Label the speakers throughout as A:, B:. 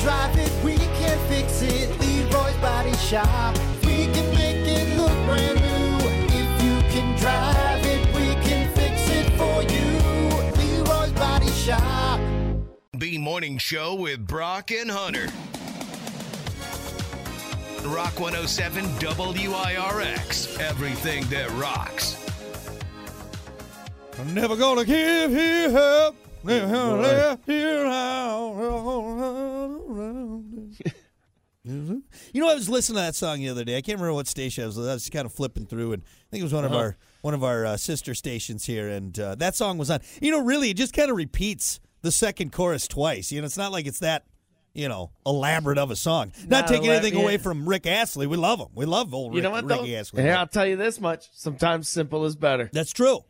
A: drive it, we can fix it. Leroy's Body Shop. We can make it look brand new. If you can drive it, we can fix it for you. Leroy's Body Shop.
B: B Morning Show with Brock and Hunter. Rock 107 WIRX. Everything that rocks.
C: I'm never gonna give you up. Never gonna let you down. Mm-hmm. You know, I was listening to that song the other day. I can't remember what station I was. I was just kind of flipping through, and I think it was one of our one of our uh, sister stations here. And uh, that song was on. You know, really, it just kind of repeats the second chorus twice. You know, it's not like it's that you know elaborate of a song. Not
D: Not
C: taking
D: elab-
C: anything away
D: yeah.
C: from Rick Astley. We love him. We love old.
D: You know
C: Rick-
D: what though?
C: Ricky Astley.
D: Here, I'll tell you this much: sometimes simple is better.
C: That's true.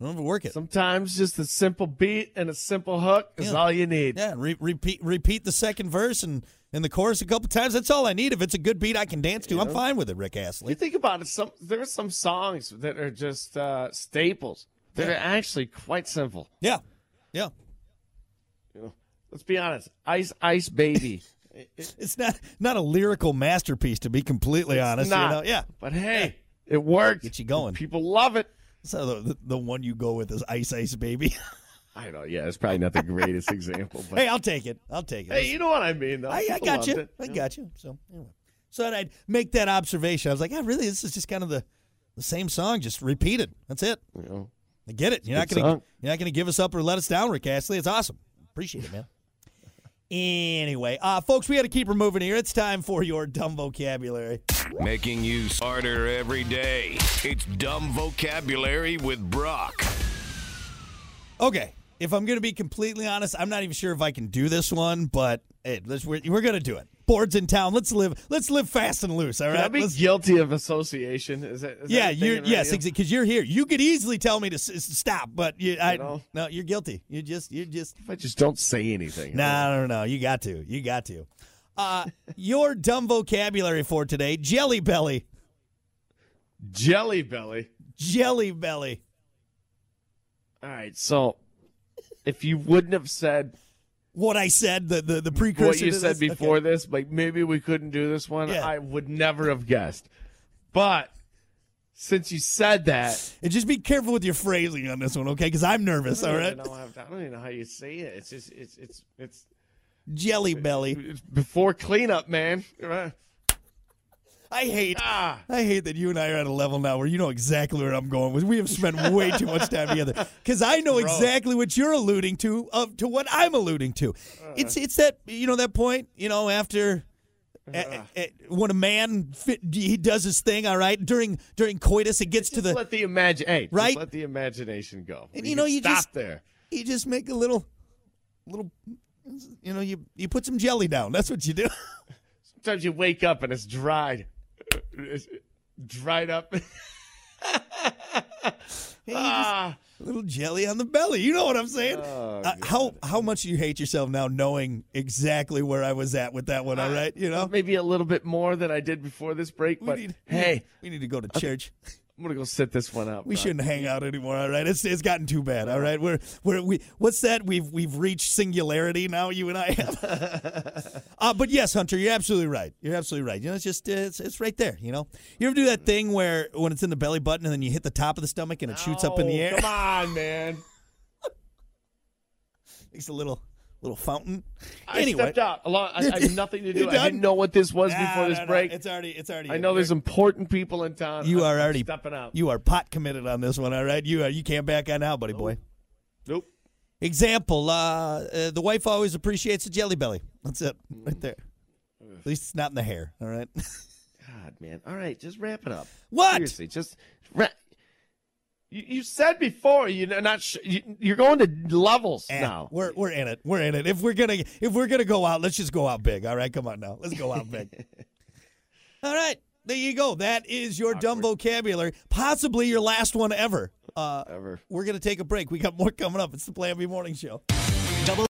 C: Don't overwork it.
D: Sometimes just a simple beat and a simple hook is
C: Yeah.
D: all you need.
C: Yeah, re- repeat repeat the second verse and, and the chorus a couple times. That's all I need. If it's a good beat I can dance to, I'm fine with it, Rick
D: You
C: Astley.
D: think about it. Some there are some songs that are just uh, staples that are actually quite simple.
C: Yeah. Yeah.
D: You know, let's be honest. Ice, ice, baby.
C: It's not not a lyrical masterpiece to be completely honest. you know?
D: Not-
C: Yeah.
D: But hey, it worked.
C: Get you going.
D: People love it.
C: So the, the one you go with is Ice Ice Baby.
D: I know. Yeah, it's probably not the greatest example, but
C: hey,
D: hey,
C: I'll take it. I'll take it.
D: you know what I mean. Though.
C: I, I
D: People
C: got
D: loved
C: you.
D: it.
C: I got you. So anyway. So I'd make that observation. I was like, yeah, really, this is just kind of the, the same song, just repeated. That's it.
D: You know,
C: I get it. You're not
D: good
C: gonna
D: song.
C: you're not gonna give us up or let us down, Rick Astley. It's awesome. Appreciate it, man. anyway, uh, folks, we got to keep her moving here. It's time for your dumb vocabulary.
B: Making you smarter every day. It's Dumb Vocabulary with Brock.
C: Okay, if I'm gonna be completely honest, I'm not even sure if I can do this one, but hey, let's, we're, we're gonna do it. Boards in town. Let's live. Let's live fast and loose. All
D: Can I
C: right.
D: be
C: Let's-
D: guilty of association? Is that, is
C: yeah.
D: that a thing
C: You're,
D: in
C: yes.
D: radio?
C: Because you're here. You could easily tell me to s- s- stop, but you, I
D: know?
C: no. You're guilty. You just. You just.
D: If I just don't say anything.
C: No, no, no. You got to. You got to. Uh, your dumb vocabulary for today Jelly Belly.
D: Jelly belly.
C: Jelly Belly.
D: All right. So, if you wouldn't have said
C: What I said, the, the, the precursor.
D: what you
C: to
D: said
C: this?
D: before
C: Okay.
D: this, like maybe we couldn't do this one,
C: Yeah.
D: I would never have guessed. But since you said that,
C: And just be careful with your phrasing on this one, okay? Because I'm nervous,
D: I
C: all
D: don't
C: right?
D: even know how- I don't even know how you say it. It's just it's it's it's,
C: Jelly Belly.
D: it's before cleanup, man. Right.
C: I hate.
D: Ah,
C: I hate that you and I are at a level now where you know exactly where I'm going. with. We have spent way too much time together because I know exactly what you're alluding to, of to what I'm alluding to.
D: Uh.
C: it's it's that you know that point you know after a-
D: Uh.
C: a- a- when a man fit, he does his thing. All right, during during coitus, it gets to
D: just
C: the
D: let the imagine. Hey, just
C: Right?
D: let the imagination go.
C: And you know,
D: can
C: you
D: stop
C: just-
D: there.
C: you just make a little little you know you you put some jelly down. That's what you do.
D: Sometimes you wake up and it's dried, it's dried up. ah,
C: A little jelly on the belly. You know what I'm saying?
D: Oh,
C: Uh, how how much you hate yourself now, knowing exactly where I was at with that one. All right, you know.
D: maybe a little bit more than I did before this break,
C: We
D: but
C: need,
D: hey,
C: we need to go to church.
D: I'm gonna go sit this one out.
C: We
D: Brock.
C: shouldn't hang out anymore. All right, it's it's gotten too bad. All right, we're we're we what's that? We've we've reached singularity now. You and I have. uh, but yes, Hunter, you're absolutely right. You're absolutely right. You know, it's just uh, it's it's right there. You know, you ever do that thing where when it's in the belly button and then you hit the top of the stomach and it shoots up in the
D: Oh,
C: air,
D: Come on, man.
C: makes a little little fountain.
D: I
C: anyway,
D: stepped out. A lot. I, I have nothing to
C: You
D: do. I
C: done?
D: didn't know what this was
C: Nah,
D: before this
C: no, no,
D: break.
C: It's already it's already.
D: I know
C: in.
D: there's important people in town.
C: You
D: I'm-
C: are
D: I'm
C: already
D: stepping out.
C: You are pot committed on this one. All right, you are you can't back out now, buddy boy.
D: nope.
C: Example: uh, uh, the wife always appreciates a jelly belly. That's it, right there. At least it's not in the hair. All right.
D: God, man. All right, just wrap it up.
C: What?
D: Seriously, just ra- you, you said before you're not. Sh- you, you're going to levels
C: Eh,
D: now.
C: we're we're in it. We're in it. If we're gonna if we're gonna go out, let's just go out big. All right, come on now, let's go out big. all right, there you go. That is your dumb vocabulary, possibly your last one ever. Uh,
D: Ever.
C: we're gonna take a break. We got more coming up. It's the Plan B Morning Show.